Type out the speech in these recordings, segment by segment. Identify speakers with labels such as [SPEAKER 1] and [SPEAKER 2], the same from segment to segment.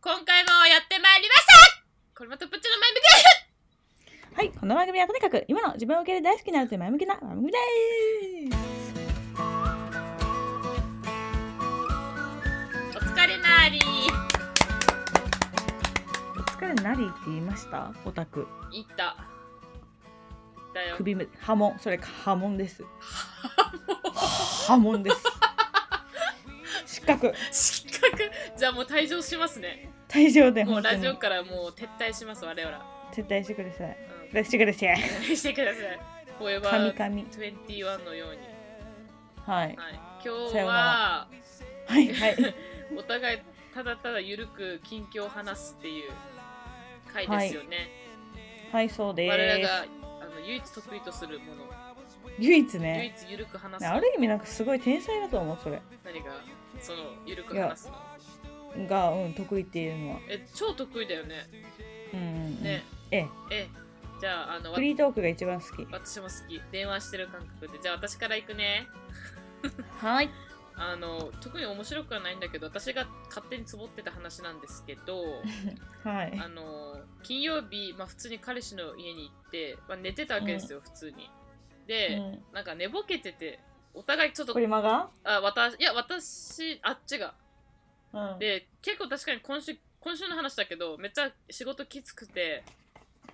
[SPEAKER 1] 今回もやってまいりましたこれまたプッチの前向きです
[SPEAKER 2] はい、この番組はとにかく今の自分を受け入れ大好きになるという前向きな番組です。
[SPEAKER 1] お疲れなーり
[SPEAKER 2] お疲れなりって言いましたオタク。
[SPEAKER 1] いっただよ
[SPEAKER 2] 首む、波紋。それか波紋です。波紋です。失格。
[SPEAKER 1] 失格じゃあもう退場します ね
[SPEAKER 2] 退場で
[SPEAKER 1] もう
[SPEAKER 2] 本当
[SPEAKER 1] ラジ
[SPEAKER 2] に
[SPEAKER 1] オからもう撤退します我々は
[SPEAKER 2] 絶対してください。
[SPEAKER 1] うん
[SPEAKER 2] 絶対してください。
[SPEAKER 1] してくださいフォーエバ
[SPEAKER 2] 神
[SPEAKER 1] ー
[SPEAKER 2] 々。
[SPEAKER 1] 21のように、
[SPEAKER 2] はい。
[SPEAKER 1] はい、今日
[SPEAKER 2] さよう
[SPEAKER 1] は
[SPEAKER 2] なはいはい。
[SPEAKER 1] お互いただただゆるく近況を話すっていう回ですよね、
[SPEAKER 2] はい、そうで
[SPEAKER 1] 我
[SPEAKER 2] す
[SPEAKER 1] ら。があの唯一得意とするもの
[SPEAKER 2] 唯一
[SPEAKER 1] 唯
[SPEAKER 2] ね。
[SPEAKER 1] 一ゆるく話す
[SPEAKER 2] ある意味なんかすごい天才だと思うそれ
[SPEAKER 1] 何がそのゆるく話すの
[SPEAKER 2] がうん得意っていうのは
[SPEAKER 1] え超得意だよね
[SPEAKER 2] うんうん、
[SPEAKER 1] ね、
[SPEAKER 2] ええ
[SPEAKER 1] えじゃああのわ
[SPEAKER 2] フリートークが一番好き
[SPEAKER 1] 私も好き電話してる感覚でじゃあ私から行くね
[SPEAKER 2] はい
[SPEAKER 1] あの特に面白くはないんだけど私が勝手につぼってた話なんですけど
[SPEAKER 2] はい
[SPEAKER 1] あの金曜日、まあ、普通に彼氏の家に行って、まあ、寝てたわけですよ、普通にで、
[SPEAKER 2] うん
[SPEAKER 1] なんか寝ぼけててお互いちょっと
[SPEAKER 2] これ間が
[SPEAKER 1] あ私いや私あっちが
[SPEAKER 2] うん
[SPEAKER 1] で結構確かに今週今週の話だけどめっちゃ仕事きつくて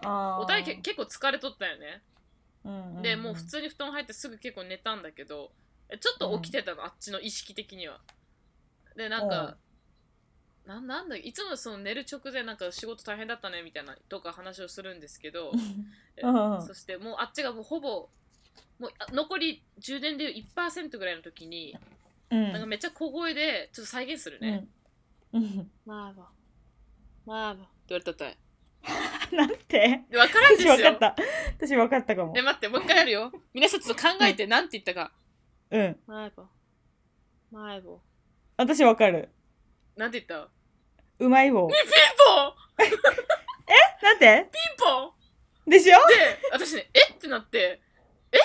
[SPEAKER 2] あー
[SPEAKER 1] お互いけ結構疲れとったよね
[SPEAKER 2] うんん
[SPEAKER 1] でもう普通に布団入ってすぐ結構寝たんだけどえちょっと起きてたの、あっちの意識的にはでなんか、なんなんだいつもその寝る直前なんか仕事大変だったねみたいなとか話をするんですけどえ
[SPEAKER 2] うんうん
[SPEAKER 1] そしてもうあっちがもうほぼもうあ残り充電でいう1%ぐらいの時に、
[SPEAKER 2] うん
[SPEAKER 1] なんかめっちゃ小声でちょっと再現するね、
[SPEAKER 2] うんうん
[SPEAKER 1] まあまあまあまあって言われたったい
[SPEAKER 2] なんて
[SPEAKER 1] で分からんです
[SPEAKER 2] 私
[SPEAKER 1] よ
[SPEAKER 2] 分かった私分かったかも
[SPEAKER 1] で待ってもう一回やるよ皆さんちょっと考えてなんて言ったか
[SPEAKER 2] うん
[SPEAKER 1] 前棒前棒
[SPEAKER 2] 私分かる
[SPEAKER 1] なんて言った
[SPEAKER 2] うまい棒
[SPEAKER 1] ピンポン
[SPEAKER 2] なんて
[SPEAKER 1] ピンポン
[SPEAKER 2] でしょ
[SPEAKER 1] で私ねえってなってえ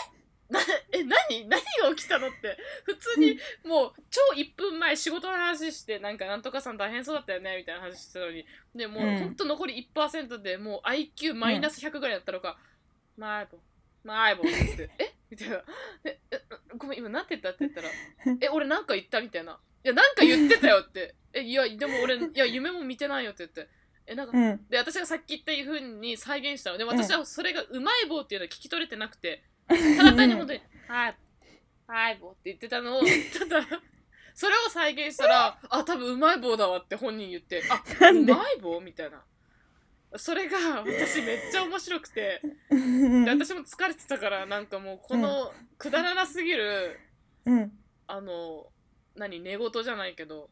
[SPEAKER 1] なえ何何が起きたのって普通にもう超1分前仕事の話してなんかなんとかさん大変そうだったよねみたいな話してたのにでもう
[SPEAKER 2] うん
[SPEAKER 1] ほんと残り1%でもう IQ マイナス100ぐらいだったのか「マイボマイボ」って言 って「えみたいなでえ「ごめん今なんて言った?」って言ったら「え俺なんか言った?」みたいな「いやなんか言ってたよ」って「えいやでも俺いや夢も見てないよ」って言って「えなんか
[SPEAKER 2] うん
[SPEAKER 1] で私がさっき言ったいうふうに再現したので
[SPEAKER 2] ん
[SPEAKER 1] 私はそれがうまい棒っていうのは聞き取れてなく てただ単に本当に「はいはい棒」って言ってた のをただそれを再現したら「あ多分うまい棒だわ」って本人言って「あ
[SPEAKER 2] なん
[SPEAKER 1] う
[SPEAKER 2] で
[SPEAKER 1] まい棒?」みたいなそれが私めっちゃ面白くて
[SPEAKER 2] うん
[SPEAKER 1] で私も疲れてたからなんかもうこのくだらなすぎる
[SPEAKER 2] うん
[SPEAKER 1] あの何寝言じゃないけ ど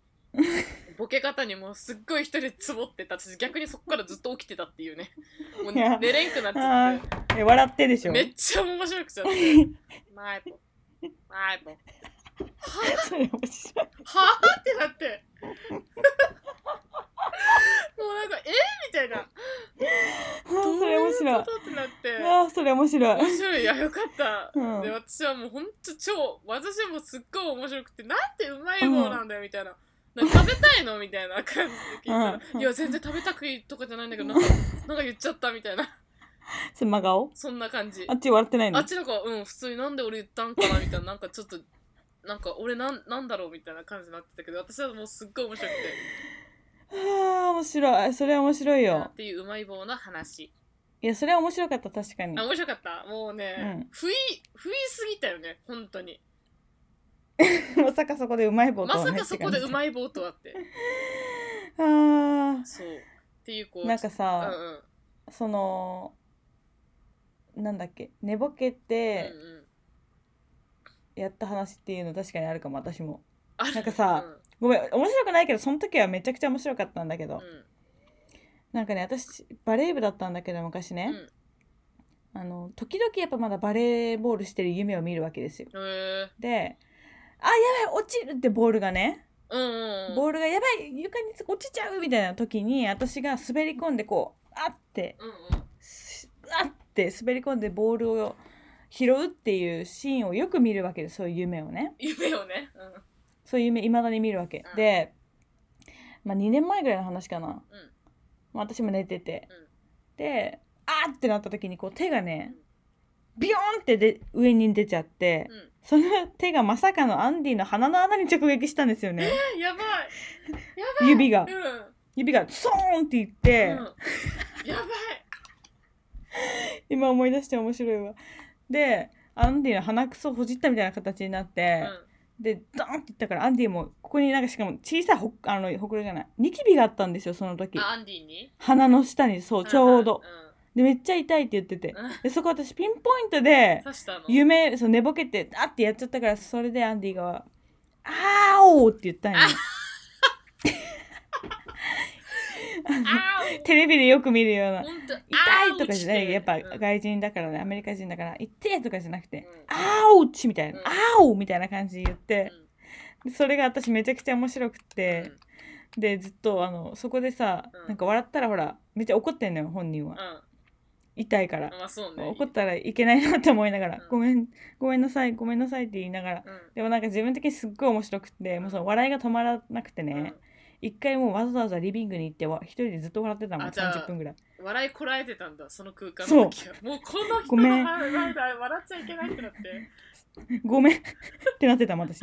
[SPEAKER 1] ボケ方にもうすっごい一人でつぼってた私逆にそこからずっと起きてたって いうねもう
[SPEAKER 2] いや
[SPEAKER 1] 寝れんくなっちゃ
[SPEAKER 2] あ
[SPEAKER 1] っ
[SPEAKER 2] ーえ笑ってでしてょ
[SPEAKER 1] めっちゃ面白く ちゃってマイポマイポは
[SPEAKER 2] それ面白い
[SPEAKER 1] はってなって もうなんかえみたいな
[SPEAKER 2] あーそれ面
[SPEAKER 1] ど
[SPEAKER 2] 白い
[SPEAKER 1] ういうことってなって
[SPEAKER 2] あーそれ面白い
[SPEAKER 1] 面白いいやよかった、
[SPEAKER 2] うん
[SPEAKER 1] で私はもうほんと超私はもうすっごい面白くてなんてうまい棒なんだよみたいな。なんか食べたいのみたいな感じで聞いたら、
[SPEAKER 2] うん
[SPEAKER 1] いや全然食べたくいとかじゃないんだけどなんかなんか言っちゃったみたいな
[SPEAKER 2] それ真顔
[SPEAKER 1] そんな感じ
[SPEAKER 2] あっち笑ってない
[SPEAKER 1] あ
[SPEAKER 2] の
[SPEAKER 1] っちの子はうん普通になんで俺言ったんかなみたいななんかちょっとなんか俺なんなんだろうみたいな感じになってたけど私はもうすっごい面白くて
[SPEAKER 2] あー面白いそれ面白いよ
[SPEAKER 1] っていううまい棒の話
[SPEAKER 2] いやそれは面白かった確かに
[SPEAKER 1] あ面白かったもうね、
[SPEAKER 2] うん
[SPEAKER 1] 不意不意すぎたよね本当に
[SPEAKER 2] まさかそこでうまい棒と
[SPEAKER 1] ま
[SPEAKER 2] はね
[SPEAKER 1] さかそこでう
[SPEAKER 2] い
[SPEAKER 1] まい棒とはって
[SPEAKER 2] あー
[SPEAKER 1] そう。っていうこう。
[SPEAKER 2] なん
[SPEAKER 1] う
[SPEAKER 2] か
[SPEAKER 1] ん
[SPEAKER 2] さ、
[SPEAKER 1] うん。
[SPEAKER 2] そのなんだっけ寝ぼけて
[SPEAKER 1] うんうん
[SPEAKER 2] やった話っていうの確かにあるかも私も
[SPEAKER 1] ある
[SPEAKER 2] なんかさ、ごめん面白くないけどその時はめちゃくちゃ面白かったんだけ
[SPEAKER 1] うん
[SPEAKER 2] ど、
[SPEAKER 1] うん
[SPEAKER 2] なんかね私バレー部だったんだけど昔ね、あの時々やっぱまだバレーボールしてる夢を見るわけですよ
[SPEAKER 1] へえ。
[SPEAKER 2] で「あやばい落ちる!」ってボールがね
[SPEAKER 1] うんうんうん。
[SPEAKER 2] ボ
[SPEAKER 1] ー
[SPEAKER 2] ールがやばい床に落ちちゃうみたいな時に私が滑り込んでこうあって
[SPEAKER 1] ル。うんうん。
[SPEAKER 2] すあって滑り込んでボールを拾うっていうシーンをよく見るわけですそういう夢をね
[SPEAKER 1] 夢をね。うん。
[SPEAKER 2] そういう夢いまだに見るわけ、
[SPEAKER 1] うん
[SPEAKER 2] でまあ、2年前ぐらいの話かな、
[SPEAKER 1] うん
[SPEAKER 2] まあ、私も寝てて、
[SPEAKER 1] うん
[SPEAKER 2] であーってなった時にこう手がねビヨーンってで上に出ちゃって、
[SPEAKER 1] うん
[SPEAKER 2] その手がまさかのアンディの鼻の穴に直撃したんですよね
[SPEAKER 1] え やばいやばい
[SPEAKER 2] 指が
[SPEAKER 1] うん
[SPEAKER 2] 指がソーンっていって、
[SPEAKER 1] うん、やばい
[SPEAKER 2] 今思い出して面白いわでアンディの鼻くそほじったみたいな形になって、でドーンっていったからアンディもここになんかしかも小さいほあのほくろじゃないニキビがあったんですよその時
[SPEAKER 1] うん、あアンディに
[SPEAKER 2] 鼻の下にそうちょうど、
[SPEAKER 1] ん
[SPEAKER 2] でめっちゃ痛いって言ってて
[SPEAKER 1] うんうん、
[SPEAKER 2] でそこ私ピンポイントで
[SPEAKER 1] 刺したの
[SPEAKER 2] 夢そう寝ぼけてあってやっちゃったからそれでアンディが「あーおー」って言ったんよ
[SPEAKER 1] ああー
[SPEAKER 2] テレビでよく見るような
[SPEAKER 1] ほんと
[SPEAKER 2] 「痛い」とかじゃないやっぱ外人だからねアメリカ人だから「痛い」とかじゃなくて
[SPEAKER 1] うん
[SPEAKER 2] 「あーおち」みたいな
[SPEAKER 1] う
[SPEAKER 2] 「
[SPEAKER 1] ん
[SPEAKER 2] あーお」みたいな感じで言ってでそれが私めちゃくちゃ面白くてでずっとあのそこでさ
[SPEAKER 1] うん
[SPEAKER 2] なんか笑ったらほらめっちゃ怒ってんのよ本人
[SPEAKER 1] うん、
[SPEAKER 2] は
[SPEAKER 1] うん
[SPEAKER 2] 痛いから
[SPEAKER 1] まあそうね
[SPEAKER 2] 怒ったらいけないなって思いながら
[SPEAKER 1] うん
[SPEAKER 2] 「ごめんごめんなさいごめんなさい」って言いながら
[SPEAKER 1] うん
[SPEAKER 2] でもなんか自分的にすっごい面白くてもうその笑いが止まらなくてね、一回もうわざわざリビングに行ってわ一人でずっと笑ってたもん
[SPEAKER 1] あじゃあ
[SPEAKER 2] 30分ぐらい
[SPEAKER 1] うん笑いこらえてたんだその空間の時はもうこの人
[SPEAKER 2] ご
[SPEAKER 1] の
[SPEAKER 2] めん
[SPEAKER 1] 前で笑っちゃいけないってなって
[SPEAKER 2] ごめんってなってたもん私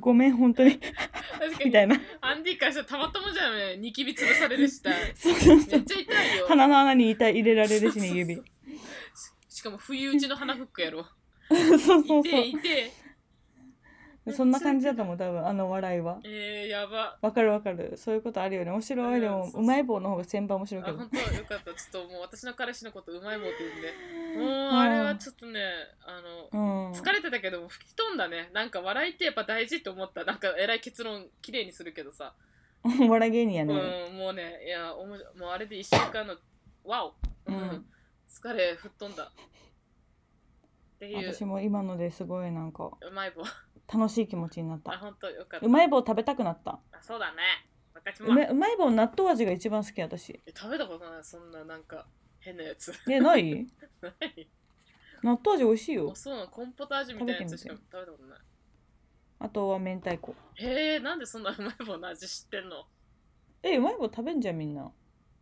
[SPEAKER 2] ごめん 本当に
[SPEAKER 1] 確か
[SPEAKER 2] み
[SPEAKER 1] に
[SPEAKER 2] たいな
[SPEAKER 1] アンディからしたらたまったもんじゃないニキビ潰されるした
[SPEAKER 2] そう そう
[SPEAKER 1] め
[SPEAKER 2] そ
[SPEAKER 1] っ
[SPEAKER 2] う
[SPEAKER 1] ちゃ痛いよ
[SPEAKER 2] 鼻の穴に痛い入れられるし
[SPEAKER 1] そ
[SPEAKER 2] ね
[SPEAKER 1] うそうそう
[SPEAKER 2] 指
[SPEAKER 1] ししかも冬打ちの鼻フックやろ
[SPEAKER 2] そうそうそう
[SPEAKER 1] いていて
[SPEAKER 2] そんな感じだと思う多分あの笑いは
[SPEAKER 1] えー、やば
[SPEAKER 2] わかるわかるそういうことあるよね面白いで
[SPEAKER 1] うん
[SPEAKER 2] も
[SPEAKER 1] そうそう
[SPEAKER 2] うまい棒の方が千倍面白い
[SPEAKER 1] あ
[SPEAKER 2] けど
[SPEAKER 1] 本当よかったちょっともう私の彼氏のことうまい棒って言うんでもうあれはちょっとねあの
[SPEAKER 2] うん
[SPEAKER 1] 疲れてたけども吹き飛んだねなんか笑いってやっぱ大事って思ったなんかえらい結論綺麗にするけどさ、
[SPEAKER 2] お笑い芸人やね
[SPEAKER 1] うんもうねいやおもしもうあれで1週間のわお、
[SPEAKER 2] うん
[SPEAKER 1] 疲れ吹っ飛んだっていう
[SPEAKER 2] 私も今のですごいなんか
[SPEAKER 1] うまい棒
[SPEAKER 2] 楽しい気持ちになっ
[SPEAKER 1] あ
[SPEAKER 2] た
[SPEAKER 1] 本当よかった
[SPEAKER 2] うまい棒食べたくなった
[SPEAKER 1] あそうだね私も
[SPEAKER 2] うめうまい棒納豆味が一番好き私
[SPEAKER 1] え食べたことないそんななんか変 なやつ
[SPEAKER 2] えない
[SPEAKER 1] ない
[SPEAKER 2] 納豆味美味しいよ
[SPEAKER 1] あそうなのコンポタージュみたいなやつしか食べたことない
[SPEAKER 2] あとは明太子
[SPEAKER 1] へえなんでそんなうまい棒の味知ってんの
[SPEAKER 2] えうまい棒食べんじゃんみんな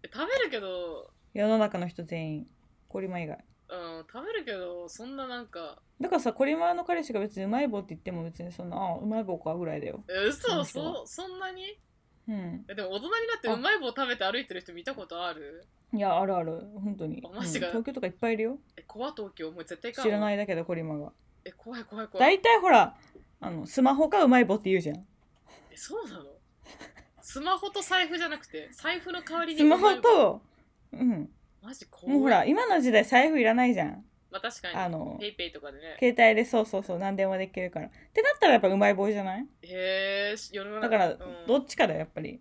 [SPEAKER 1] え食べるけど
[SPEAKER 2] 世の中の人全員コリマ以外
[SPEAKER 1] うん食べるけどそんななんか
[SPEAKER 2] だからさコリマの彼氏が別にうまい棒って言っても別にそんなあうまい棒かぐらいだよ
[SPEAKER 1] え嘘
[SPEAKER 2] そう
[SPEAKER 1] そ
[SPEAKER 2] そ
[SPEAKER 1] そんなに
[SPEAKER 2] うん
[SPEAKER 1] えでも大人になってうまい棒食べて歩いてる人見たことある
[SPEAKER 2] いやあるある本当に、
[SPEAKER 1] あ
[SPEAKER 2] うん
[SPEAKER 1] マジかよ
[SPEAKER 2] 東京とかいっぱいいるよ
[SPEAKER 1] え怖東京もう絶対か
[SPEAKER 2] 知らないいだけどコリマが
[SPEAKER 1] え怖い怖い怖い
[SPEAKER 2] 大体ほらあのスマホかうまい棒って言うじゃん
[SPEAKER 1] えそうなのスマホと財布じゃなくて財布の代わりに
[SPEAKER 2] ス
[SPEAKER 1] うま
[SPEAKER 2] マ
[SPEAKER 1] い
[SPEAKER 2] ホ
[SPEAKER 1] 棒
[SPEAKER 2] とうん
[SPEAKER 1] マジ怖い
[SPEAKER 2] もうほら今の時代財布いらないじゃん
[SPEAKER 1] まあ確かに
[SPEAKER 2] あの
[SPEAKER 1] ペイペイとかでね
[SPEAKER 2] 携帯でそうそうそう何でもできるからってなったらやっぱうまい棒じゃない
[SPEAKER 1] へえし世の中
[SPEAKER 2] だから
[SPEAKER 1] うん
[SPEAKER 2] どっちかだよやっぱり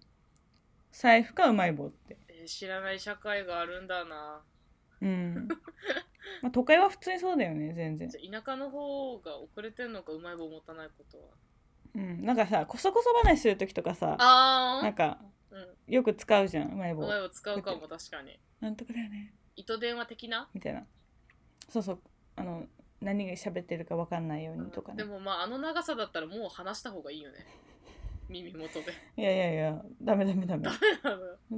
[SPEAKER 2] 財布かうまい棒って
[SPEAKER 1] えー知らない社会があるんだな
[SPEAKER 2] うん、まあ、都会は普通にそうだよね 全然
[SPEAKER 1] じゃあ田舎の方が遅れてんのかうまい棒持たないことは
[SPEAKER 2] うんなんかさこそこそ話する時とかさ
[SPEAKER 1] あ
[SPEAKER 2] なんか
[SPEAKER 1] う
[SPEAKER 2] よく使うじゃんうまい
[SPEAKER 1] ん、う
[SPEAKER 2] 棒
[SPEAKER 1] まい棒使うかも確かに
[SPEAKER 2] なんとかだよね
[SPEAKER 1] 糸電話的な、
[SPEAKER 2] みたいなそうそうあの何が喋ってるか分かんないようにとか
[SPEAKER 1] で
[SPEAKER 2] ね
[SPEAKER 1] もまああの長さだったらもう話した方がいい よね耳元で
[SPEAKER 2] いやいやいやダメダメダメ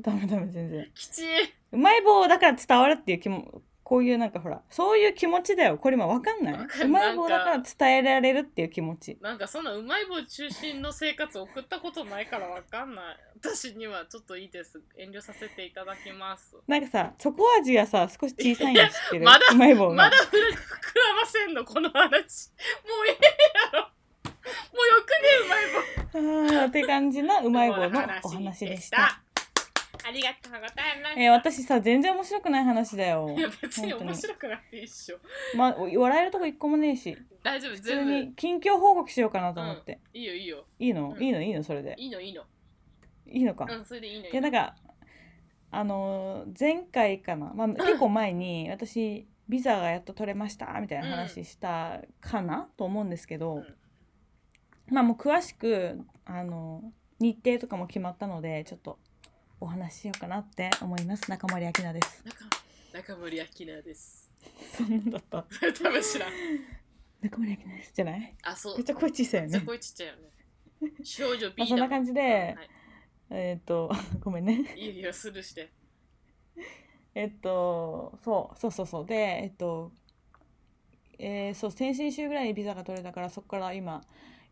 [SPEAKER 2] ダメダメ全然
[SPEAKER 1] きちいう
[SPEAKER 2] まい棒だから伝わるっていう気もこういうなんかほらそういう気持ちだよこれ今分かんない
[SPEAKER 1] わかんないう
[SPEAKER 2] まい棒だか
[SPEAKER 1] な
[SPEAKER 2] ら伝えられるっていう気持ち
[SPEAKER 1] なんかそんなうまい棒中心の生活送ったことないからわかんない私にはちょっといいです遠慮させていただきます
[SPEAKER 2] なんかさチョコ味がさ少し小さいの知って る
[SPEAKER 1] いやまだ
[SPEAKER 2] うまい棒が
[SPEAKER 1] まだふる膨らませんのこの話もうええやろもうよくねうまい棒
[SPEAKER 2] あー って感じのうまい棒のお
[SPEAKER 1] お
[SPEAKER 2] 話でした。。
[SPEAKER 1] ありがとうございます。
[SPEAKER 2] えー私さ全然面白くない話だ よ
[SPEAKER 1] いや。別に面白くなくていいっしょ。
[SPEAKER 2] まお笑えるとこ一個もねえし
[SPEAKER 1] 大丈夫
[SPEAKER 2] 普通
[SPEAKER 1] 全部
[SPEAKER 2] に近況報告しようかなと思って、
[SPEAKER 1] いいよいいよ
[SPEAKER 2] いいの、
[SPEAKER 1] うん
[SPEAKER 2] いいのいいのそれで
[SPEAKER 1] いいのいいの。
[SPEAKER 2] いいのか、
[SPEAKER 1] うんそれでいいの
[SPEAKER 2] いや
[SPEAKER 1] よ。
[SPEAKER 2] なんかあのー前回かな、 まあ、結構前に私ビザがやっと取れましたみたいな話したかな、と思うんですけど、
[SPEAKER 1] うん
[SPEAKER 2] まあもう詳しくあの日程とかも決まったのでちょっとお話ししようかなって思います中森明菜です
[SPEAKER 1] 中中森明菜です。
[SPEAKER 2] そんなんだった
[SPEAKER 1] 多分知らん。
[SPEAKER 2] 中森明菜ですじゃない
[SPEAKER 1] あそ
[SPEAKER 2] めっ
[SPEAKER 1] う。
[SPEAKER 2] ちゃ声小さいよ
[SPEAKER 1] じゃ
[SPEAKER 2] ね
[SPEAKER 1] こいちっちゃいよね。少女
[SPEAKER 2] ま
[SPEAKER 1] B
[SPEAKER 2] あそんな感じで、
[SPEAKER 1] はい
[SPEAKER 2] えっ、と ごめんね
[SPEAKER 1] いいよスルーして
[SPEAKER 2] えっとそうそうそうそうでえっとえーそう先々週ぐらいにビザが取れたからそこから今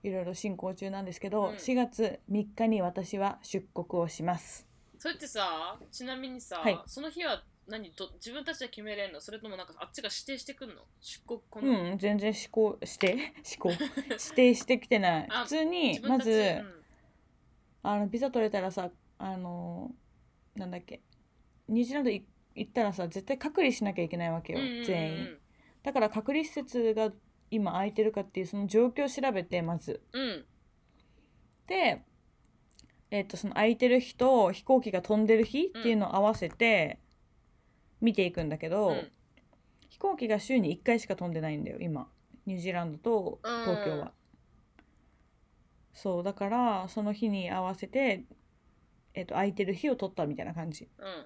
[SPEAKER 2] いろいろ進行中なんですけど、
[SPEAKER 1] うん
[SPEAKER 2] 4月3日に私は出国をします
[SPEAKER 1] それってさちなみにさ、
[SPEAKER 2] はい
[SPEAKER 1] その日は何と自分たちで決めれんのそれともなんかあっちが指定してくんの出国この、
[SPEAKER 2] うん全然思考して 思考指定してきてない
[SPEAKER 1] あ
[SPEAKER 2] 普通に
[SPEAKER 1] 自分
[SPEAKER 2] ま
[SPEAKER 1] たち、
[SPEAKER 2] ず、
[SPEAKER 1] うん
[SPEAKER 2] あのビザ取れたらさあのなんだっけニュージーランドい行ったらさ絶対隔離しなきゃいけないわけよ、
[SPEAKER 1] うんうんうんうん
[SPEAKER 2] 全員だから隔離施設が今空いてるかっていうその状況を調べてまず
[SPEAKER 1] うん
[SPEAKER 2] で、えっとその空いてる日と飛行機が飛んでる日っていうのを合わせて見ていくんだけど、
[SPEAKER 1] うん
[SPEAKER 2] 飛行機が週に1回しか飛んでないんだよ今ニュージーランドと東京は。
[SPEAKER 1] うん
[SPEAKER 2] そうだからその日に合わせて、えっと空いてる日を取ったみたいな感じ
[SPEAKER 1] うん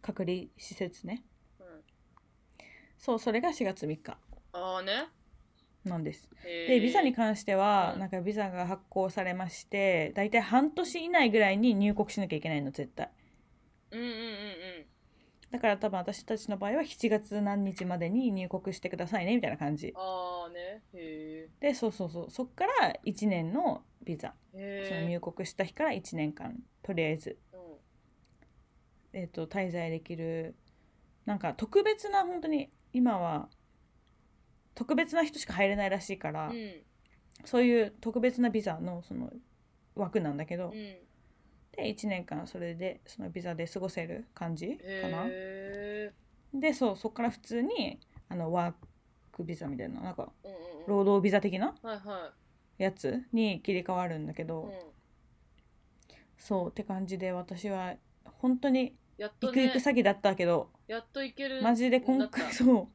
[SPEAKER 2] 隔離施設ね
[SPEAKER 1] うん
[SPEAKER 2] そうそれが4月3日
[SPEAKER 1] ああね
[SPEAKER 2] なんです。
[SPEAKER 1] で
[SPEAKER 2] でビザに関しては、
[SPEAKER 1] うん
[SPEAKER 2] なんかビザが発行されまして大体半年以内ぐらいに入国しなきゃいけないの絶対
[SPEAKER 1] うんうんうん
[SPEAKER 2] だから多分私たちの場合は7月何日までに入国してくださいねみたいな感じ
[SPEAKER 1] うんああねへ
[SPEAKER 2] でそうそうそうそっから1年のビザ
[SPEAKER 1] え
[SPEAKER 2] その
[SPEAKER 1] へえ
[SPEAKER 2] 入国した日から1年間とりあえず、
[SPEAKER 1] うん
[SPEAKER 2] えっと滞在できるなんか特別な本当に今は特別な人しか入れないらしいから、
[SPEAKER 1] うん
[SPEAKER 2] そういう特別なビザのその枠なんだけど、
[SPEAKER 1] うんへ
[SPEAKER 2] で1年間それでそのビザで過ごせる感じかな、
[SPEAKER 1] え
[SPEAKER 2] でそうそこから普通にあのワークビザみたいななんか
[SPEAKER 1] うんうんうん
[SPEAKER 2] 労働ビザ的な
[SPEAKER 1] はいは
[SPEAKER 2] やつに切り替わるんだけ
[SPEAKER 1] い、
[SPEAKER 2] ど、
[SPEAKER 1] うん、
[SPEAKER 2] そうって感じで私は本当に
[SPEAKER 1] やっ
[SPEAKER 2] 行
[SPEAKER 1] と
[SPEAKER 2] く
[SPEAKER 1] ね
[SPEAKER 2] 行く詐欺だったけど、
[SPEAKER 1] やっといける
[SPEAKER 2] マジで今
[SPEAKER 1] だっ
[SPEAKER 2] 回
[SPEAKER 1] た
[SPEAKER 2] そ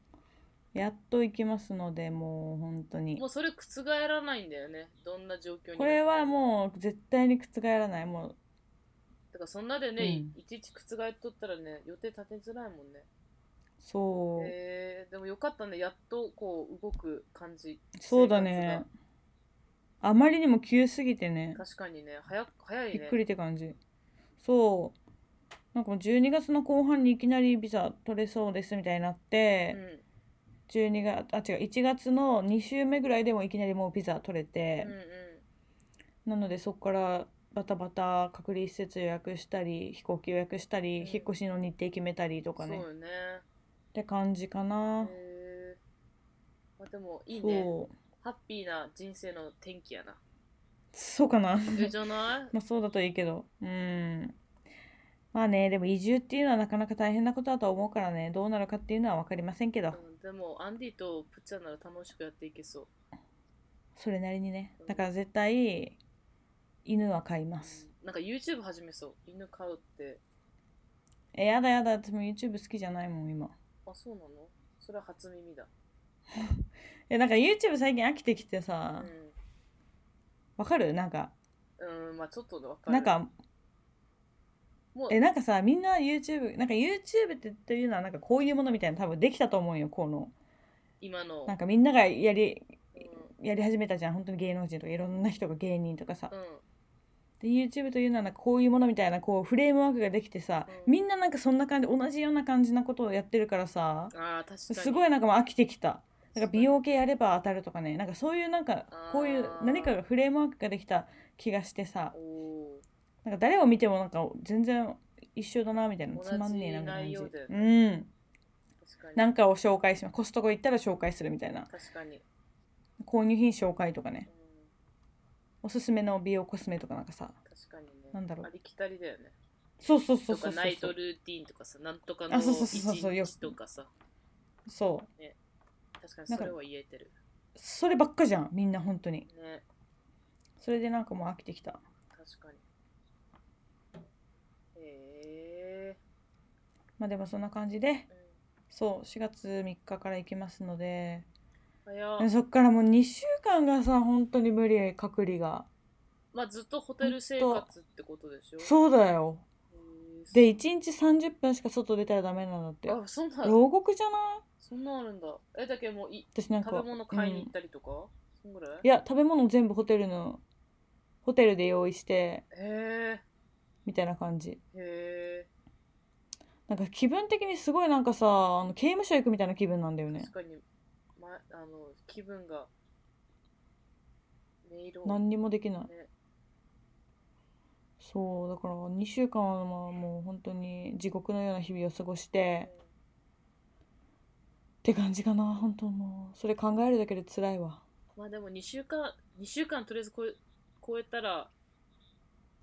[SPEAKER 2] うやっと行きますのでもう本当に
[SPEAKER 1] もうそれ覆らないんだよねどんな状況に
[SPEAKER 2] これは
[SPEAKER 1] う
[SPEAKER 2] もう絶対に覆らないもう
[SPEAKER 1] だからそんなでね、い
[SPEAKER 2] うん
[SPEAKER 1] いちいち覆っとったらね予定立てづらいもんね
[SPEAKER 2] そう、
[SPEAKER 1] へえでもよかったねやっとこう動く感じ
[SPEAKER 2] そうだねあまりにも急すぎてね
[SPEAKER 1] 生活が確かにね早早いね
[SPEAKER 2] びっくりって感じそうなんかもう12月の後半にいきなりビザ取れそうですみたいになって、
[SPEAKER 1] うん
[SPEAKER 2] 12月あ違う1月の2週目ぐらいでもいきなりもうビザ取れて
[SPEAKER 1] うん、う
[SPEAKER 2] なのでそこからバタバタ隔離施設予約したり飛行機予約したり、
[SPEAKER 1] うん
[SPEAKER 2] 引っ越しの日程決めたりと
[SPEAKER 1] んそ
[SPEAKER 2] か
[SPEAKER 1] う
[SPEAKER 2] ね
[SPEAKER 1] よねへ
[SPEAKER 2] って感じかな、
[SPEAKER 1] えまあでもいいね
[SPEAKER 2] そう
[SPEAKER 1] ハッピーな人生の転機やな
[SPEAKER 2] そうかな
[SPEAKER 1] えじゃない
[SPEAKER 2] まあそうだといいけどうんまあねでも移住っていうのはなかなか大変なことだと思うからねどうなるかっていうのは分かりませんけど、
[SPEAKER 1] うんでもアンディとプッチャーなら楽しくやっていけそう
[SPEAKER 2] それなりにね
[SPEAKER 1] うん
[SPEAKER 2] だから絶対犬は飼います
[SPEAKER 1] なんか YouTube 始めそう犬飼うって
[SPEAKER 2] えやだやだ私も YouTube 好きじゃないもん今
[SPEAKER 1] あそうなのそれは初耳だ
[SPEAKER 2] えなんか YouTube 最近飽きてきて
[SPEAKER 1] う
[SPEAKER 2] さ
[SPEAKER 1] ん
[SPEAKER 2] わかるなんか
[SPEAKER 1] うんまあちょっとわかる
[SPEAKER 2] なんか
[SPEAKER 1] もう
[SPEAKER 2] えなんかさみんな YouTube なんか YouTube ってというのはなんかこういうものみたいな多分できたと思うよこの
[SPEAKER 1] 今の
[SPEAKER 2] なんかみんながやり
[SPEAKER 1] うん
[SPEAKER 2] やり始めたじゃん本当に芸能人とかいろんな人が芸人とかさ
[SPEAKER 1] うん
[SPEAKER 2] で YouTube というのはなんかこういうものみたいなこうフレームワークができてさ
[SPEAKER 1] うん
[SPEAKER 2] みんななんかそんな感じ同じような感じなことをやってるからさ
[SPEAKER 1] ああ確かに
[SPEAKER 2] すごいなんかもう飽きてきたなんか美容系やれば当たるとかねなんかそういうなんか
[SPEAKER 1] あー
[SPEAKER 2] こういう何かがフレームワークができた気がしてさ
[SPEAKER 1] おー
[SPEAKER 2] なんか誰を見てもなんか全然一緒だなみたいな
[SPEAKER 1] 同じ
[SPEAKER 2] つまんねえなみたいな
[SPEAKER 1] 内容だよ
[SPEAKER 2] 感じ、うん
[SPEAKER 1] 確かに
[SPEAKER 2] なんかを紹介しますコストコ行ったら紹介するみたいな
[SPEAKER 1] 確かに、
[SPEAKER 2] 購入品紹介とかね
[SPEAKER 1] うん
[SPEAKER 2] おすすめの美容コスメとかなんかさ
[SPEAKER 1] 確かにね
[SPEAKER 2] なんだろう
[SPEAKER 1] ありきたりだよね
[SPEAKER 2] そうそうそ
[SPEAKER 1] と
[SPEAKER 2] うそ
[SPEAKER 1] か
[SPEAKER 2] うそ
[SPEAKER 1] ナ
[SPEAKER 2] う
[SPEAKER 1] イトルーティーンとかさなんとかの
[SPEAKER 2] あ
[SPEAKER 1] 一
[SPEAKER 2] そうそうそうそうよ
[SPEAKER 1] 日とかさ
[SPEAKER 2] そう
[SPEAKER 1] 確かにそれは言えてる
[SPEAKER 2] そればっかじゃんみんな本当に
[SPEAKER 1] ね
[SPEAKER 2] それでなんかもう飽きてきた
[SPEAKER 1] 確かにへえ
[SPEAKER 2] まあでもそんな感じで
[SPEAKER 1] ーうん
[SPEAKER 2] そう4月3日から行きますので
[SPEAKER 1] 早
[SPEAKER 2] で
[SPEAKER 1] っ
[SPEAKER 2] そっからもう2週間がさ本当に無理隔離が
[SPEAKER 1] まあずっとホテル生活ってことでしょ
[SPEAKER 2] そうだよ
[SPEAKER 1] へー
[SPEAKER 2] で1日30分しか外出たらダメなんだって
[SPEAKER 1] あそんな
[SPEAKER 2] 牢獄じゃない
[SPEAKER 1] そんなんあるんだえだけどもうい
[SPEAKER 2] 私なんか
[SPEAKER 1] 食べ物買いに行
[SPEAKER 2] う
[SPEAKER 1] っ
[SPEAKER 2] ん
[SPEAKER 1] たりとか、そんぐらい
[SPEAKER 2] いや食べ物全部ホテルのホテルで用意して
[SPEAKER 1] へえ
[SPEAKER 2] みたいな感じ
[SPEAKER 1] へ
[SPEAKER 2] なんか気分的にすごいなんかさあの刑務所行くみたいな気分なんだよ
[SPEAKER 1] え、
[SPEAKER 2] ね
[SPEAKER 1] 確かに、ま、あの気分が音色
[SPEAKER 2] 何にもできない
[SPEAKER 1] ね
[SPEAKER 2] そうだから2週間はもう本当に地獄のような日々を過ごしてって感じかな本当もうそれ考えるだけで辛いわ
[SPEAKER 1] まあでも2週間2週間とりあえず超え超えたら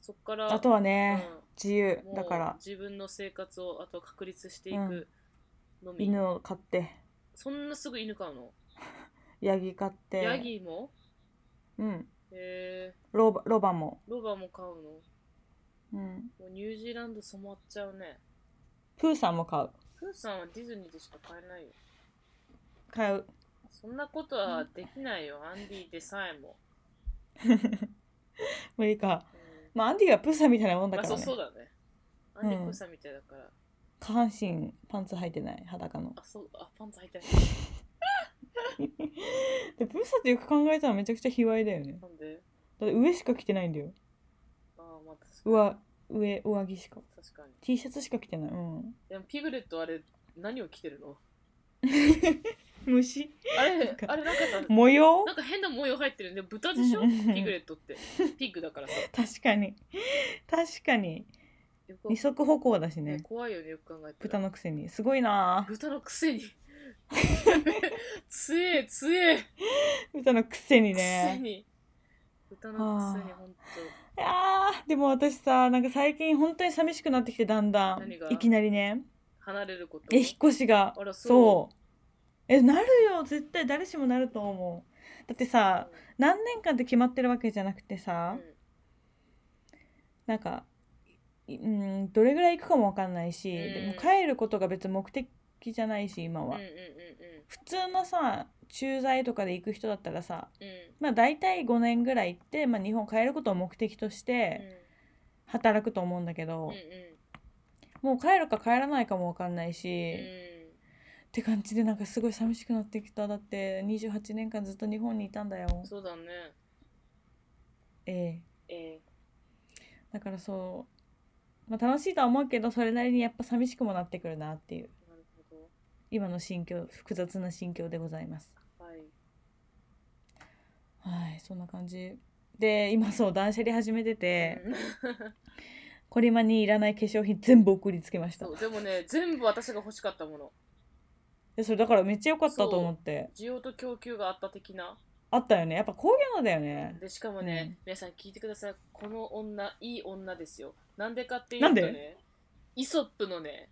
[SPEAKER 1] そっから
[SPEAKER 2] あとはね、
[SPEAKER 1] うん
[SPEAKER 2] 自由
[SPEAKER 1] もう
[SPEAKER 2] だから
[SPEAKER 1] 自分の生活をあとは確立してい
[SPEAKER 2] うん
[SPEAKER 1] くのみ、
[SPEAKER 2] 犬を飼って
[SPEAKER 1] そんなすぐ犬飼うの、
[SPEAKER 2] ヤギ飼って
[SPEAKER 1] ヤギも
[SPEAKER 2] うん
[SPEAKER 1] へえ
[SPEAKER 2] ロバロバも、
[SPEAKER 1] ロバも飼うのも
[SPEAKER 2] うん、
[SPEAKER 1] うニュージーランド染まっちゃうね
[SPEAKER 2] プーさんも飼う
[SPEAKER 1] プーさんはディズニーでしか飼えないよ
[SPEAKER 2] 飼う
[SPEAKER 1] そんなことはできないよアンディでさえも、
[SPEAKER 2] 無理か
[SPEAKER 1] うん
[SPEAKER 2] まあアンディがプーさんみたいなもんだ
[SPEAKER 1] ま
[SPEAKER 2] か
[SPEAKER 1] あそ
[SPEAKER 2] ら
[SPEAKER 1] う
[SPEAKER 2] ね
[SPEAKER 1] そうだねアンディ
[SPEAKER 2] うん
[SPEAKER 1] プーさんみたいだから、
[SPEAKER 2] 下半身パンツ履いてない裸の
[SPEAKER 1] あそうあパンツ履いてない
[SPEAKER 2] でプーさんってよく考えたらめちゃくちゃ卑猥だよね
[SPEAKER 1] なんで
[SPEAKER 2] だって上しか着てないんだよ
[SPEAKER 1] ああまあ確かに
[SPEAKER 2] 上上上着しか
[SPEAKER 1] 確かに
[SPEAKER 2] T シャツしか着てないうん
[SPEAKER 1] でもピグレットあれ何を着てるの
[SPEAKER 2] 虫
[SPEAKER 1] あれ
[SPEAKER 2] なんか
[SPEAKER 1] あれなんかさ
[SPEAKER 2] 模様
[SPEAKER 1] なんか変な模様入ってるんで豚でしょ
[SPEAKER 2] うんうんうん
[SPEAKER 1] ピグレットってピッグだからさ
[SPEAKER 2] 確かに確かに
[SPEAKER 1] よく
[SPEAKER 2] 二足歩行だし
[SPEAKER 1] ね
[SPEAKER 2] ね
[SPEAKER 1] 怖いよねよく考えて
[SPEAKER 2] 豚のくせにすごいな
[SPEAKER 1] 豚のくせ につえつえ
[SPEAKER 2] 豚のくせに
[SPEAKER 1] くせ
[SPEAKER 2] ね
[SPEAKER 1] に豚のくせに
[SPEAKER 2] あー
[SPEAKER 1] ほんと
[SPEAKER 2] あーでも私さなんか最近本当に寂しくなってきてだんだん
[SPEAKER 1] 何が
[SPEAKER 2] いきなりね
[SPEAKER 1] 離れること
[SPEAKER 2] え引っ越しが
[SPEAKER 1] あらそう
[SPEAKER 2] そうえなるよ絶対誰しもなると思うだってさ何年間って決まってるわけじゃなくて
[SPEAKER 1] うん
[SPEAKER 2] さ
[SPEAKER 1] う、ん
[SPEAKER 2] なんかいうんどれぐらい行くかも分かんないし、
[SPEAKER 1] うん
[SPEAKER 2] でも帰ることが別に目的じゃないし今
[SPEAKER 1] うんうん
[SPEAKER 2] は、
[SPEAKER 1] うん
[SPEAKER 2] 普通のさ駐在とかで行く人だったらさ
[SPEAKER 1] うん
[SPEAKER 2] まあ大体5年ぐらい行って、まあ、日本帰ることを目的とし
[SPEAKER 1] うん
[SPEAKER 2] て働くと思うんだけ
[SPEAKER 1] うん
[SPEAKER 2] ど
[SPEAKER 1] うん、う
[SPEAKER 2] もう帰るか帰らないかも分かんないし、
[SPEAKER 1] ん
[SPEAKER 2] って感じでなんかすごい寂しくなってきただって28年間ずっと日本にいたんだよ
[SPEAKER 1] うんそうだね
[SPEAKER 2] ええ
[SPEAKER 1] え
[SPEAKER 2] だからそう、まあ、楽しいとは思うけどそれなりにやっぱ寂しくもなってくるなっていう
[SPEAKER 1] ー、なるほ
[SPEAKER 2] 今の心境複雑な心境でございます
[SPEAKER 1] どはい
[SPEAKER 2] はいそんな感じで今そう断捨離始めてて、
[SPEAKER 1] うん
[SPEAKER 2] コリマにいらない化粧品全部送りつけました
[SPEAKER 1] そうでもね全部私が欲しかったもの
[SPEAKER 2] でそれだからめっちゃ良かったと思って
[SPEAKER 1] 需要と供給があった的な
[SPEAKER 2] あったよねやっぱこういうのだよね
[SPEAKER 1] でしかもね、
[SPEAKER 2] うん
[SPEAKER 1] 皆さん聞いてくださいこの女いい女ですよなんでかっていうと
[SPEAKER 2] なん
[SPEAKER 1] ねイソップのね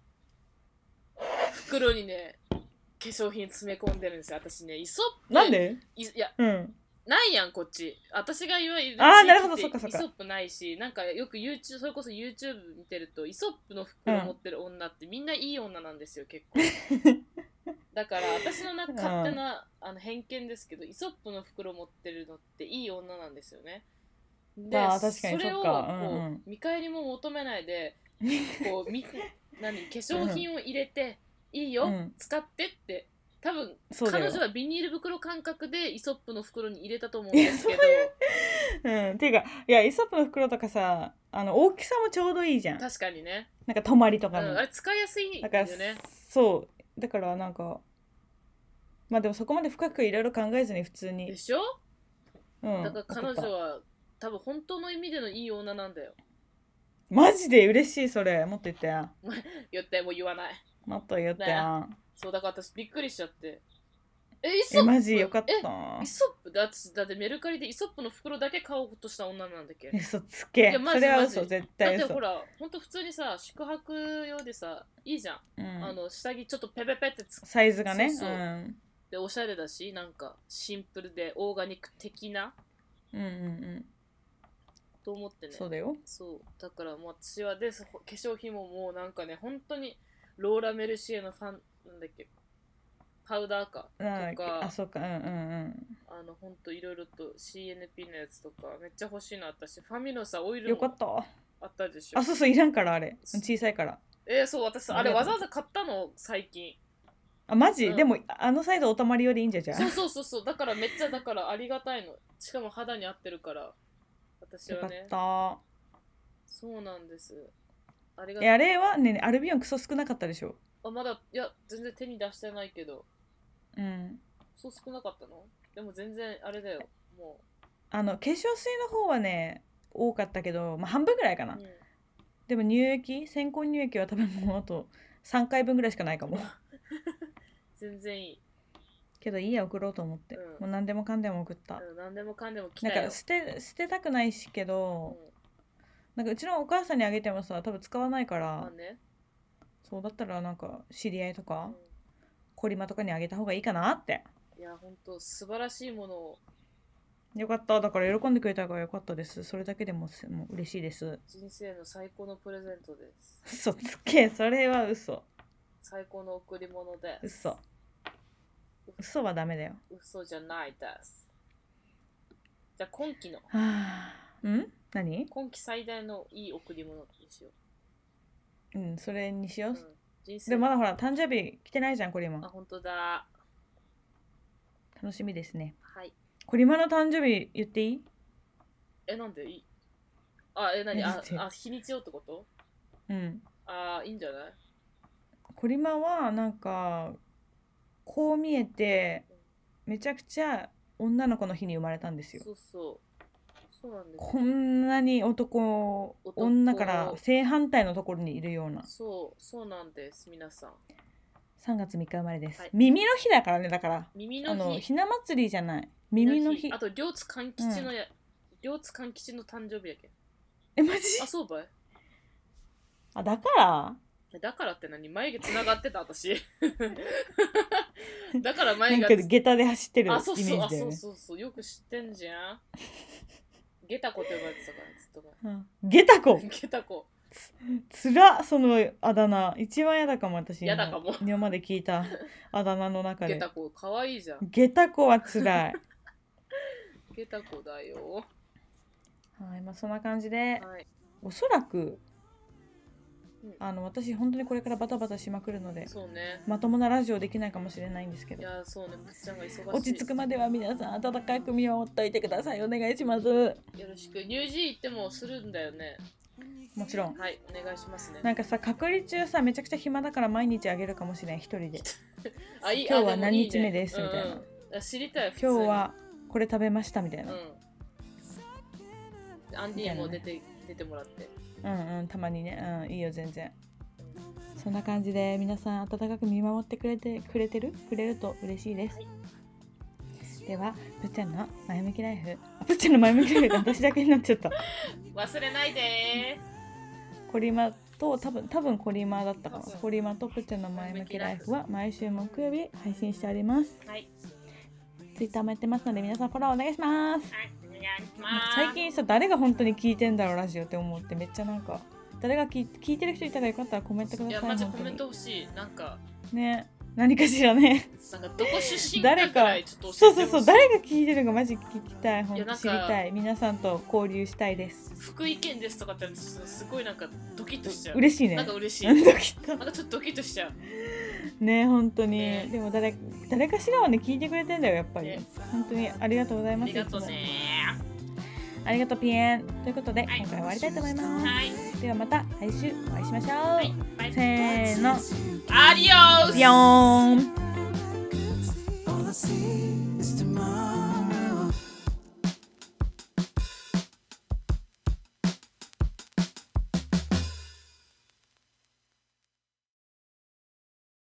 [SPEAKER 1] 袋にね化粧品詰め込んでるんですよ私ねイソップ
[SPEAKER 2] なんで
[SPEAKER 1] いいや
[SPEAKER 2] うん
[SPEAKER 1] ないやんこっち私がいわゆる
[SPEAKER 2] あー
[SPEAKER 1] 地域
[SPEAKER 2] なるほど
[SPEAKER 1] て
[SPEAKER 2] そっかそっか
[SPEAKER 1] イソップないしなんかよく YouTube それこそ YouTube 見てるとイソップの袋持ってる女ってみんないい女なんですよ結 構だから私のな
[SPEAKER 2] うん
[SPEAKER 1] 勝手な、あの偏見ですけどイソップの袋持ってるのっていい女なんですよねで
[SPEAKER 2] あー確かに
[SPEAKER 1] それを
[SPEAKER 2] そ
[SPEAKER 1] こ
[SPEAKER 2] っ
[SPEAKER 1] う、
[SPEAKER 2] かうんうん
[SPEAKER 1] 見返りも求めないでこうみ 何化粧品を入れて、いいよ、
[SPEAKER 2] うん
[SPEAKER 1] 使ってって多分
[SPEAKER 2] そうだ
[SPEAKER 1] 彼
[SPEAKER 2] よ
[SPEAKER 1] 女はビニール袋感覚でイソップの袋に入れたと思うんです けど
[SPEAKER 2] うん、ていうかいやイソップの袋とかさあの大きさもちょうどいいじゃんなん
[SPEAKER 1] 確かにね、
[SPEAKER 2] か泊まりと
[SPEAKER 1] うん、
[SPEAKER 2] かの、
[SPEAKER 1] あれ使いやすいんだ
[SPEAKER 2] だから
[SPEAKER 1] よね
[SPEAKER 2] そうだからなんかまあでもそこまで深くいろいろ考えずに普通
[SPEAKER 1] で
[SPEAKER 2] に、
[SPEAKER 1] しょ
[SPEAKER 2] うん、
[SPEAKER 1] だから彼女
[SPEAKER 2] 送った
[SPEAKER 1] は多分本当の意味でのいい女なんだよ
[SPEAKER 2] マジで嬉しいそれもっと言って
[SPEAKER 1] 言ってもう言わない
[SPEAKER 2] もっと言って
[SPEAKER 1] だよそうだから私びっくりしちゃってえイソッ
[SPEAKER 2] え
[SPEAKER 1] プ
[SPEAKER 2] マジよかっ
[SPEAKER 1] え
[SPEAKER 2] た
[SPEAKER 1] イソップだってだってメルカリでイソップの袋だけ買おうとした女なんだっけ
[SPEAKER 2] 嘘つけ
[SPEAKER 1] いやマ
[SPEAKER 2] そ
[SPEAKER 1] ジ
[SPEAKER 2] れは
[SPEAKER 1] マジ
[SPEAKER 2] 嘘
[SPEAKER 1] だ
[SPEAKER 2] 絶
[SPEAKER 1] っ
[SPEAKER 2] 対
[SPEAKER 1] て
[SPEAKER 2] 嘘
[SPEAKER 1] ほら本当普通にさ宿泊用でさいいじゃん、
[SPEAKER 2] うん
[SPEAKER 1] あの下着ちょっとペペペってつっ
[SPEAKER 2] サイズがね
[SPEAKER 1] そうそうんておしゃれだしなんかシンプルでオーガニック的な
[SPEAKER 2] うんうん
[SPEAKER 1] と思って
[SPEAKER 2] うん
[SPEAKER 1] ね
[SPEAKER 2] そうだよ
[SPEAKER 1] そうだからもう私はでそ化粧品ももうなんかね本当にローラ・メルシエのファンなんだっけパウダーかと
[SPEAKER 2] なんだっけあ
[SPEAKER 1] か
[SPEAKER 2] そうかうんうん
[SPEAKER 1] あのほんといろいろと CNP のやつとかめっちゃ欲しいのあったしファミのさオイ
[SPEAKER 2] うん
[SPEAKER 1] ル
[SPEAKER 2] よか
[SPEAKER 1] も
[SPEAKER 2] った
[SPEAKER 1] あったでしょ
[SPEAKER 2] あそうそういらんからあれ小さいから
[SPEAKER 1] えー、そう私あれ
[SPEAKER 2] ありが
[SPEAKER 1] わざ
[SPEAKER 2] とう
[SPEAKER 1] わざ買ったの最近
[SPEAKER 2] あマジ、
[SPEAKER 1] うん
[SPEAKER 2] でもあのサイズおたまり用でいいんじゃじゃあ
[SPEAKER 1] そうそうそうそうだからめっちゃだからありがたいのしかも肌に合ってるから私
[SPEAKER 2] よ
[SPEAKER 1] は
[SPEAKER 2] かっ
[SPEAKER 1] ね
[SPEAKER 2] た
[SPEAKER 1] そうなんですありが
[SPEAKER 2] えあれはねアルビオンクソ少なかったでしょ
[SPEAKER 1] あまだいや全然手に出してないけど
[SPEAKER 2] うん
[SPEAKER 1] そう少なかったのでも全然あれだよも
[SPEAKER 2] あの化粧水の方はね多かったけど、まあ、半分ぐらいか
[SPEAKER 1] う、
[SPEAKER 2] な、
[SPEAKER 1] うん
[SPEAKER 2] でも乳液先行乳液は多分もうあと3回分ぐらいしかないかも
[SPEAKER 1] 全然いい、
[SPEAKER 2] けどいいや送ろうと思って、
[SPEAKER 1] うん
[SPEAKER 2] もう何でもかんでも送った、
[SPEAKER 1] うん、何でもかんでも来た
[SPEAKER 2] な
[SPEAKER 1] よ
[SPEAKER 2] んか捨て捨てたくないしけど、なんかうちのお母さんにあげてもさ多分使わないか
[SPEAKER 1] うん、ま
[SPEAKER 2] ら
[SPEAKER 1] あ、ね、
[SPEAKER 2] そうだったらなんか知り合いと
[SPEAKER 1] う
[SPEAKER 2] か
[SPEAKER 1] ん、
[SPEAKER 2] コリマとかにあげた方がいいかなって
[SPEAKER 1] いや本当素晴らしいものを
[SPEAKER 2] よかっただから喜んでくれたからよかったですそれだけでもすもう嬉しいです
[SPEAKER 1] 人生の最高のプレゼントです
[SPEAKER 2] 嘘つけそれは嘘
[SPEAKER 1] 最高の贈り物です
[SPEAKER 2] 嘘嘘はダメだよ
[SPEAKER 1] 嘘じゃないですじゃあ今期の
[SPEAKER 2] はあうん何
[SPEAKER 1] 今期最大のいい贈り物にしよ
[SPEAKER 2] うんそれにし
[SPEAKER 1] う、う、
[SPEAKER 2] ようん
[SPEAKER 1] 人生
[SPEAKER 2] でもまだほら誕生日来てないじゃんコリ
[SPEAKER 1] あ
[SPEAKER 2] マ
[SPEAKER 1] 本当だ
[SPEAKER 2] 楽しみですね
[SPEAKER 1] はい
[SPEAKER 2] コリマの誕生日言っていい
[SPEAKER 1] えなんでいいあえ何
[SPEAKER 2] 何
[SPEAKER 1] あ
[SPEAKER 2] って
[SPEAKER 1] あ日にちをってこと
[SPEAKER 2] うん
[SPEAKER 1] あいいんじゃない
[SPEAKER 2] コリマはなんかこう見えてめちゃくちゃ女の子の日に生まれたんですよ
[SPEAKER 1] そうそうそうなんです
[SPEAKER 2] こんなに男
[SPEAKER 1] 男
[SPEAKER 2] 女から正反対のところにいるような
[SPEAKER 1] そうそうなんです皆さん
[SPEAKER 2] 3月3日生まれです、
[SPEAKER 1] はい
[SPEAKER 2] 耳の日だからねだから
[SPEAKER 1] 耳
[SPEAKER 2] あ
[SPEAKER 1] の
[SPEAKER 2] の
[SPEAKER 1] 日
[SPEAKER 2] ひな祭りじゃない耳の日
[SPEAKER 1] あと両津勘吉のや、両津勘吉の誕生日やけん
[SPEAKER 2] えマジ
[SPEAKER 1] あそうばい
[SPEAKER 2] あだから
[SPEAKER 1] だからって何眉毛つながってた私 だから
[SPEAKER 2] な
[SPEAKER 1] 眉
[SPEAKER 2] ん
[SPEAKER 1] 毛
[SPEAKER 2] か
[SPEAKER 1] が
[SPEAKER 2] 下駄で走ってるイメ
[SPEAKER 1] あそうそう
[SPEAKER 2] ー
[SPEAKER 1] あ
[SPEAKER 2] ジだ
[SPEAKER 1] そ
[SPEAKER 2] よ
[SPEAKER 1] う
[SPEAKER 2] ね
[SPEAKER 1] そうそうよく知ってんじゃん下駄子って呼ばれてたからずっと
[SPEAKER 2] うん下駄子
[SPEAKER 1] 前下駄子
[SPEAKER 2] つらそのあだ名一番嫌だかも私
[SPEAKER 1] 嫌だかも
[SPEAKER 2] 今今まで聞い たあだ名の
[SPEAKER 1] 下
[SPEAKER 2] 中で
[SPEAKER 1] 駄子かわいいじゃん
[SPEAKER 2] 下駄子はつ らい
[SPEAKER 1] 下駄子だよ
[SPEAKER 2] はい、まあそんな感じで、
[SPEAKER 1] はい
[SPEAKER 2] おそらく
[SPEAKER 1] うん、
[SPEAKER 2] あの私本当にこれからバタバタしまくるので、
[SPEAKER 1] そうね
[SPEAKER 2] まともなラジオできないかもしれないんですけ
[SPEAKER 1] い
[SPEAKER 2] ど、
[SPEAKER 1] やそうねむっちゃんが忙しい
[SPEAKER 2] 落ち着くまでは皆さん温かく見守っておいてください。お願いします。
[SPEAKER 1] よろしく乳児行ってもするんだよね
[SPEAKER 2] もちろん。
[SPEAKER 1] はいお願いしますね
[SPEAKER 2] なんかさ隔離中さめちゃくちゃ暇だから毎日あげるかもしれん一人で
[SPEAKER 1] あいい
[SPEAKER 2] 今日は
[SPEAKER 1] あも
[SPEAKER 2] 何日目ですみたいな
[SPEAKER 1] うんうんあ知りたい普通
[SPEAKER 2] 今
[SPEAKER 1] に
[SPEAKER 2] 日はこれ食べましたみたいな、
[SPEAKER 1] うんアンディも出て出てもらって
[SPEAKER 2] うんうんたまにねうんいいよ全然そんな感じで皆さん温かく見守ってくれてくれてるくれると嬉しいです、ではぶっちゃんの前向きライフあぶっちゃんの前向きライフが私だけになっちゃった
[SPEAKER 1] 忘れないで
[SPEAKER 2] コリマと多分多分コリマだったかな
[SPEAKER 1] 多分
[SPEAKER 2] コリマとぶっちゃんの前向きライフは毎週木曜日配信しております
[SPEAKER 1] ーはい
[SPEAKER 2] ツイッターもやってますので皆さんフォローお願いします
[SPEAKER 1] はいお願いします
[SPEAKER 2] 最近さ誰が本当に聞いてんだろうラジオって思ってめっちゃなんか誰が聞い聞いてる人いたらよかったらコメントく
[SPEAKER 1] い
[SPEAKER 2] ださ
[SPEAKER 1] や
[SPEAKER 2] い
[SPEAKER 1] マジ
[SPEAKER 2] 本
[SPEAKER 1] コ
[SPEAKER 2] 当
[SPEAKER 1] メ
[SPEAKER 2] に
[SPEAKER 1] ント欲しいなんか
[SPEAKER 2] ね何かしらね
[SPEAKER 1] なんかどこ出身
[SPEAKER 2] 誰
[SPEAKER 1] か
[SPEAKER 2] か
[SPEAKER 1] ぐらいちょっと教
[SPEAKER 2] そ
[SPEAKER 1] え
[SPEAKER 2] う
[SPEAKER 1] て
[SPEAKER 2] そう
[SPEAKER 1] ほし
[SPEAKER 2] そう
[SPEAKER 1] い
[SPEAKER 2] 誰が聞いてるかマジ聞きたい本
[SPEAKER 1] いや
[SPEAKER 2] 当
[SPEAKER 1] なんか
[SPEAKER 2] 知りたい皆さんと交流したいです
[SPEAKER 1] 福井県ですとかってちょっとすごいなんかドキッとしちゃう
[SPEAKER 2] 嬉しい
[SPEAKER 1] な
[SPEAKER 2] ね
[SPEAKER 1] んか 嬉しい
[SPEAKER 2] なん
[SPEAKER 1] な
[SPEAKER 2] だきっと
[SPEAKER 1] んかちょっとドキッとしちゃう
[SPEAKER 2] ね本当に、
[SPEAKER 1] ね
[SPEAKER 2] でも誰誰かしらはね聞いてくれてんだよやっぱり、
[SPEAKER 1] ね
[SPEAKER 2] 本当にありがとうござい
[SPEAKER 1] あ
[SPEAKER 2] ます
[SPEAKER 1] りがとうね
[SPEAKER 2] いつもありがとうピエンということで、
[SPEAKER 1] はい
[SPEAKER 2] 今回は終わりたいと思います、
[SPEAKER 1] はい
[SPEAKER 2] ではまた来週お会いしましょう、
[SPEAKER 1] はいバイ
[SPEAKER 2] せーの
[SPEAKER 1] アディオス
[SPEAKER 2] ビヨーン